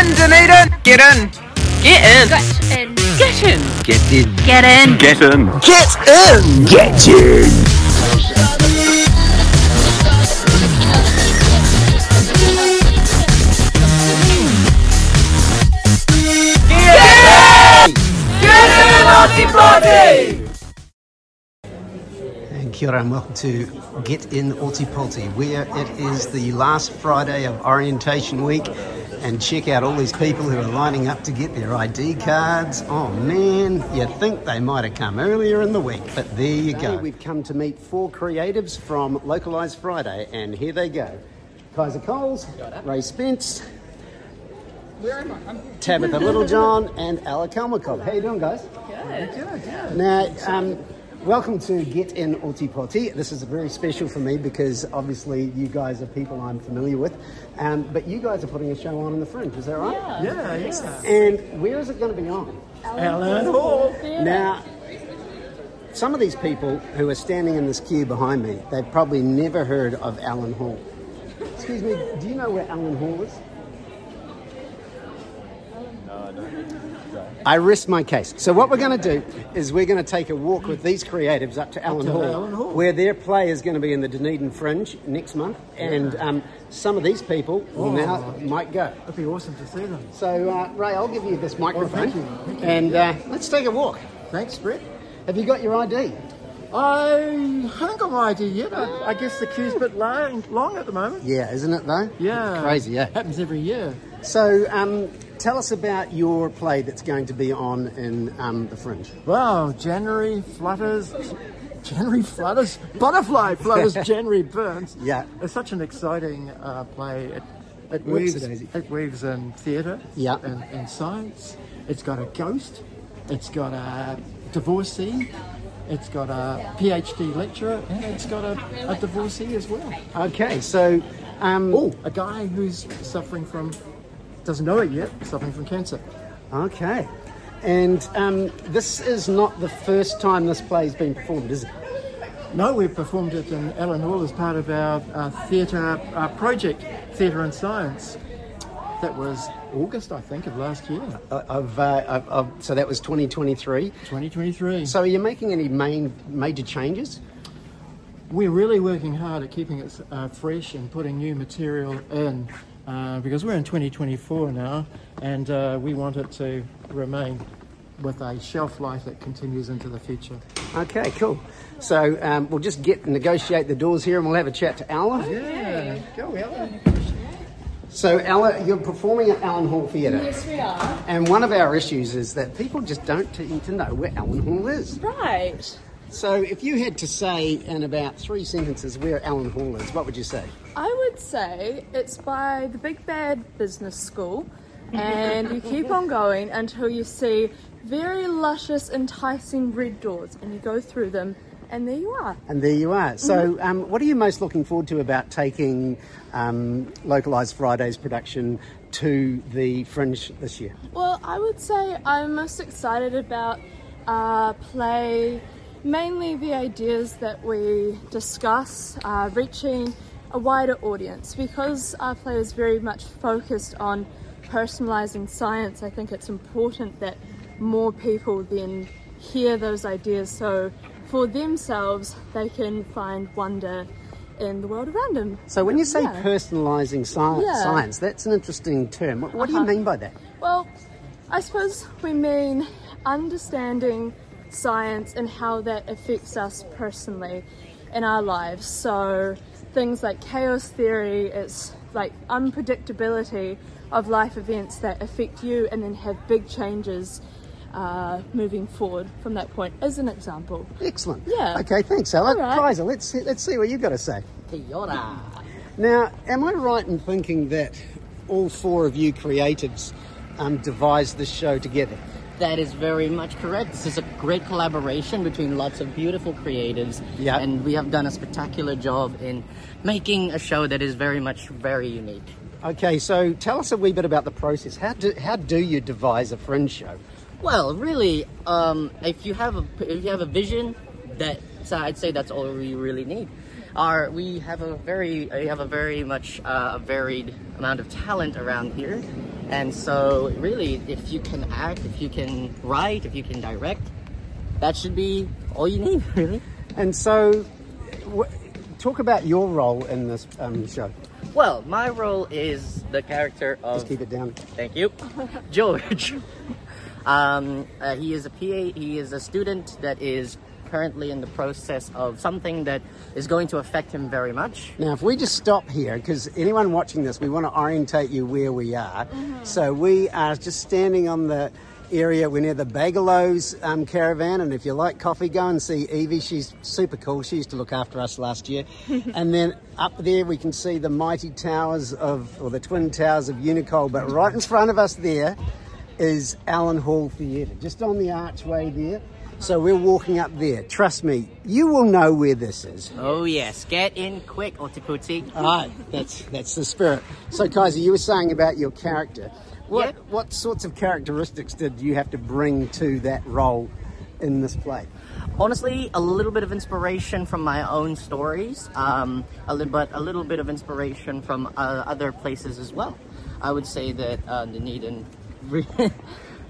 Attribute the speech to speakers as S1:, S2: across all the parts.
S1: in! Get in! Get in!
S2: Get in.
S1: Get in!
S3: Get in.
S2: Get in.
S3: Get in.
S1: Get in!
S3: Get in.
S4: And kia ora and welcome to Get In Oti Poti, where it is the last Friday of orientation week. And check out all these people who are lining up to get their ID cards. Oh man, you'd think they might have come earlier in the week, but there you go. We've come to meet four creatives from Localised Friday, and here they go Kaiser Coles, Ray Spence, Tabitha Littlejohn, and Alec Kalmakov. How you doing, guys? Now, um, welcome to Get In Oti Poti. This is very special for me because obviously you guys are people I'm familiar with, um, but you guys are putting a show on in the Fringe, is that right?
S5: Yeah, yeah.
S4: And where is it going to be on?
S5: Alan Hall.
S4: Now, some of these people who are standing in this queue behind me, they've probably never heard of Alan Hall. Excuse me, do you know where Alan Hall is? I rest my case. So what we're going to do is we're going to take a walk with these creatives up to Alan
S5: to
S4: Hall,
S5: Alan Hall.
S4: where their play is going to be in the Dunedin Fringe next month, and um, some of these people
S5: Oh.
S4: will now might go.
S5: It'd be awesome to see them.
S4: So uh, Ray, I'll give you this microphone,
S5: you. Thank you.
S4: and uh, let's take a walk.
S5: Thanks, Brett.
S4: Have you got your ID?
S5: I haven't got my idea yet. I, I guess the queue's a bit long, long at the moment.
S4: Yeah, isn't it though?
S5: Yeah.
S4: Crazy, eh? yeah.
S5: Happens every year.
S4: So, um, tell us about your play that's going to be on in um, the Fringe.
S5: Wow, January flutters. January flutters. Butterfly flutters. January burns.
S4: Yeah.
S5: It's such an exciting uh, play. It, it
S4: Weaves
S5: weaves.
S4: it, Daisy.
S5: It weaves in theatre.
S4: Yeah.
S5: And, and science. It's got a ghost. It's got a divorcee. It's got a PhD lecturer, and it's got a, a divorcee as well.
S4: Okay, so, um,
S5: Oh, a guy who's suffering from, doesn't know it yet, suffering from cancer.
S4: okay, and um, this is not the first time this play has been performed, is it?
S5: No, we performed it in Alan Hall as part of our uh, theatre uh, project, Theatre and Science. That was August, I think, of last year,
S4: Uh, Of, uh, of, of so that was 2023.
S5: 2023.
S4: So, are you making any main major changes?
S5: We're really working hard at keeping it uh, fresh and putting new material in uh, because we're in 2024 now and uh, we want it to remain with a shelf life that continues into the future.
S4: Okay, cool. So, um, we'll just get negotiate the doors here, and we'll have a chat to Alan.
S5: Yeah, go Alan.
S4: So, Ella, you're performing at Allen Hall Theatre.
S6: Yes, we are.
S4: And one of our issues is that people just don't tend to know where Alan Hall is.
S6: Right.
S4: So if you had to say in about three sentences where Alan Hall is, what would you say?
S6: I would say it's by the Big Bad Business School, and you keep on going until you see very luscious, enticing red doors, and you go through them, and there you are.
S4: And there you are. So um, what are you most looking forward to about taking um, Localised Friday's production to the Fringe this year?
S6: Well, I would say I'm most excited about uh, play, mainly the ideas that we discuss, uh, reaching a wider audience. Because our play is very much focused on personalising science, I think it's important that more people then hear those ideas so for themselves they can find wonder in the world around them.
S4: So when you say
S6: Yeah.
S4: personalising sci-
S6: Yeah.
S4: science, that's an interesting term. What, what do
S6: Uh-huh.
S4: you mean by that?
S6: Well, I suppose we mean understanding science and how that affects us personally in our lives. So things like chaos theory, it's like unpredictability of life events that affect you and then have big changes uh, moving forward from that point, as an example.
S4: Excellent.
S6: Yeah.
S4: Okay, thanks, Ella.
S6: All right.
S4: Kaiser, let's see, let's see what you've got to say. Now, am I right in thinking that all four of you creatives um, devised this show together?
S7: That is very much correct. This is a great collaboration between lots of beautiful creatives.
S4: Yeah.
S7: And we have done a spectacular job in making a show that is very much very unique.
S4: Okay, so tell us a wee bit about the process. How do how do you devise a fringe show?
S7: Well, really, um, if you have a if you have a vision, that so I'd say that's all we really need. Our, we have a very we have a very much uh, a varied amount of talent around here, And so, really, if you can act, if you can write, if you can direct, that should be all you need, really.
S4: And so, w- talk about your role in this um, show.
S7: Well, my role is the character of.
S4: Just keep it down.
S7: Thank you, George. Um, uh, he is a PA. He is a student that is currently in the process of something that is going to affect him very much.
S4: Now, if we just stop here, because anyone watching this, we want to orientate you where we are. So we are just standing on the area. We're near the Bagelow's um, caravan, and if you like coffee, go and see Evie. She's super cool. She used to look after us last year. and then up there, we can see the mighty towers of, or the twin towers of Unicole. But right in front of us there is Allen Hall Theatre, just on the archway there. So we're walking up there. Trust me, you will know where this is.
S7: Oh yes, get in quick, Otiputi.
S4: Ah, that's that's the spirit. So, Kaiser, you were saying about your character. What
S7: Yeah.
S4: what sorts of characteristics did you have to bring to that role in this play?
S7: honestly a little bit of inspiration from my own stories um, a little but a little bit of inspiration from uh, other places as well i would say that uh, dunedin re-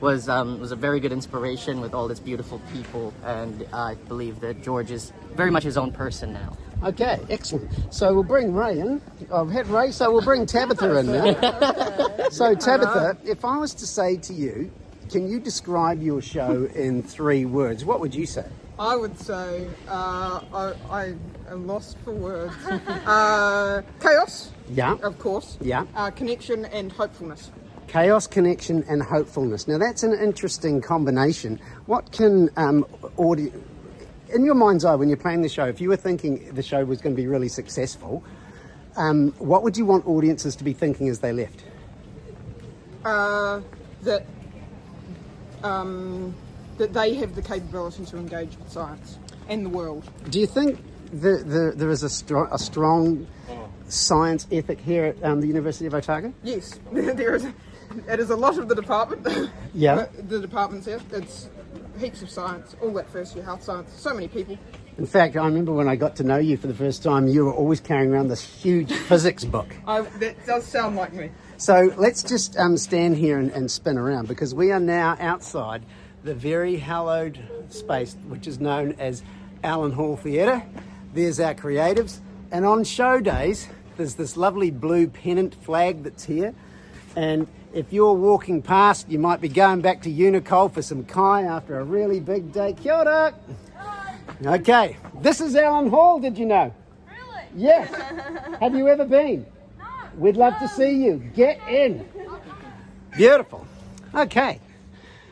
S7: was um, was a very good inspiration with all its beautiful people and i believe that george is very much his own person now
S4: Okay, excellent. So we'll bring Ray in. I've had Ray, so we'll bring Tabitha in now. So Tabitha, if I was to say to you, can you describe your show in three words? What would you say?
S2: I would say uh, I, I am lost for words. uh, chaos,
S4: Yeah.
S2: of course.
S4: Yeah.
S2: Uh, connection and hopefulness.
S4: Chaos, connection, and hopefulness. Now that's an interesting combination. What can um, audio, in your mind's eye, when you're playing the show, if you were thinking the show was going to be really successful, um, what would you want audiences to be thinking as they left?
S2: Uh, that um, that they have the capability to engage with science and the world.
S4: Do you think the, the, there is a, str- a strong science ethic here at um, the University of Otago?
S2: Yes, there is. It is a lot of the department.
S4: Yeah.
S2: The- the department's here. It's heaps of science. All that first year health science. So many people.
S4: In fact, I remember when I got to know you for the first time, you were always carrying around this huge physics book.
S2: I, that does sound like me.
S4: So let's just um, stand here and, and spin around because we are now outside the very hallowed space which is known as Allen Hall Theatre. There's our creatives, and on show days, there's this lovely blue pennant flag that's here. And if you're walking past, you might be going back to Unicole for some kai after a really big day. Kia ora! Okay, this is Allen Hall, did you know?
S3: Really?
S4: Yes! Have you ever been? We'd love to see you. Get in. Beautiful. Okay.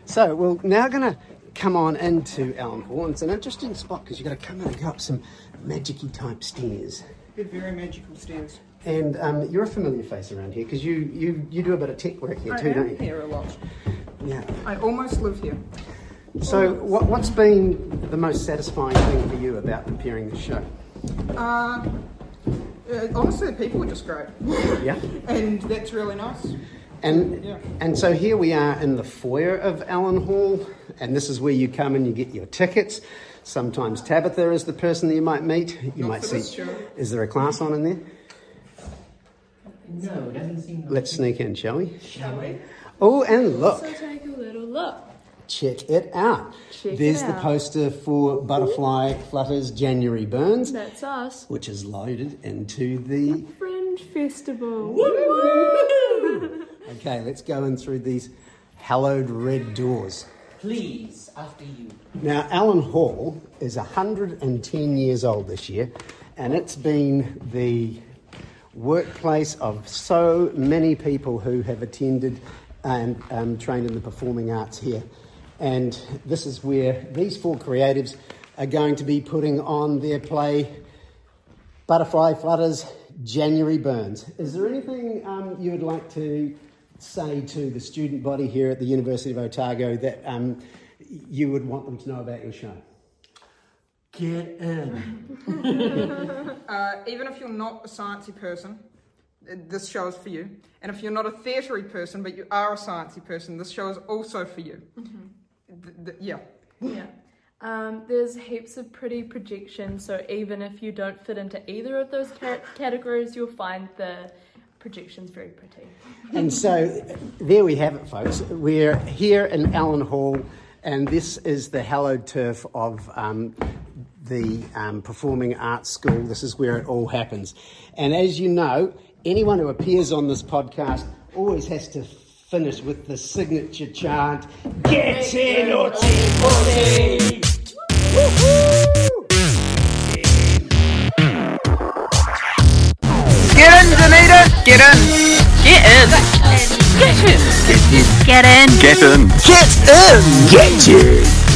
S4: So we're now going to come on into Elm Hall. It's an interesting spot because you've got to come in and go up some magic-y type stairs.
S2: They're very magical stairs.
S4: And um, you're a familiar face around here because you, you, you do a bit of tech work here
S2: I
S4: too,
S2: am
S4: don't you?
S2: here a lot.
S4: Yeah.
S2: I almost live here.
S4: So what, what's been the most satisfying thing for you about appearing this show?
S2: Uh, uh, honestly, the people were just great.
S4: Yeah.
S2: and that's really nice.
S4: And
S2: Yeah.
S4: and so here we are in the foyer of Allen Hall, and this is where you come and you get your tickets. Sometimes Tabitha is the person that you might meet. You
S2: Not
S4: might
S2: for
S4: see.
S2: this show.
S4: Is there a class on in there?
S7: no it doesn't seem
S4: Let's sneak in, shall we? Oh, and look,
S6: So take a little look.
S4: check it out.
S6: it
S4: There's the
S6: out.
S4: poster for Butterfly Flutters January Burns,
S6: That's us.
S4: which is loaded into the.
S6: Fringe Festival.
S4: Okay, let's go in through these hallowed red doors.
S7: please after you
S4: Now, Allen Hall is 110 years old this year, and it's been the workplace of so many people who have attended and um, trained in the performing arts here. And this is where these four creatives are going to be putting on their play Butterfly Flutters January Burns. Is there anything um, you would like to say to the student body here at the University of Otago that um, you would want them to know about your show?
S5: Get in.
S2: Uh, even if you're not a sciencey person, uh, this show is for you. And if you're not a theatery person, but you are a sciencey person, this show is also for you. Th- th- yeah.
S3: Yeah. Um, there's heaps of pretty projections, so even if you don't fit into either of those ca- categories, you'll find the projection's very pretty.
S4: And so there we have it, folks. We're here in Allen Hall, and this is the hallowed turf of um, the um, Performing Arts School. This is where it all happens. And as you know, anyone who appears on this podcast always has to finish with the signature chant Get in, Orty Woohoo!
S1: Get in, Danita! Get in! Get in! Get in! Get in! Get in! Get in! Get in!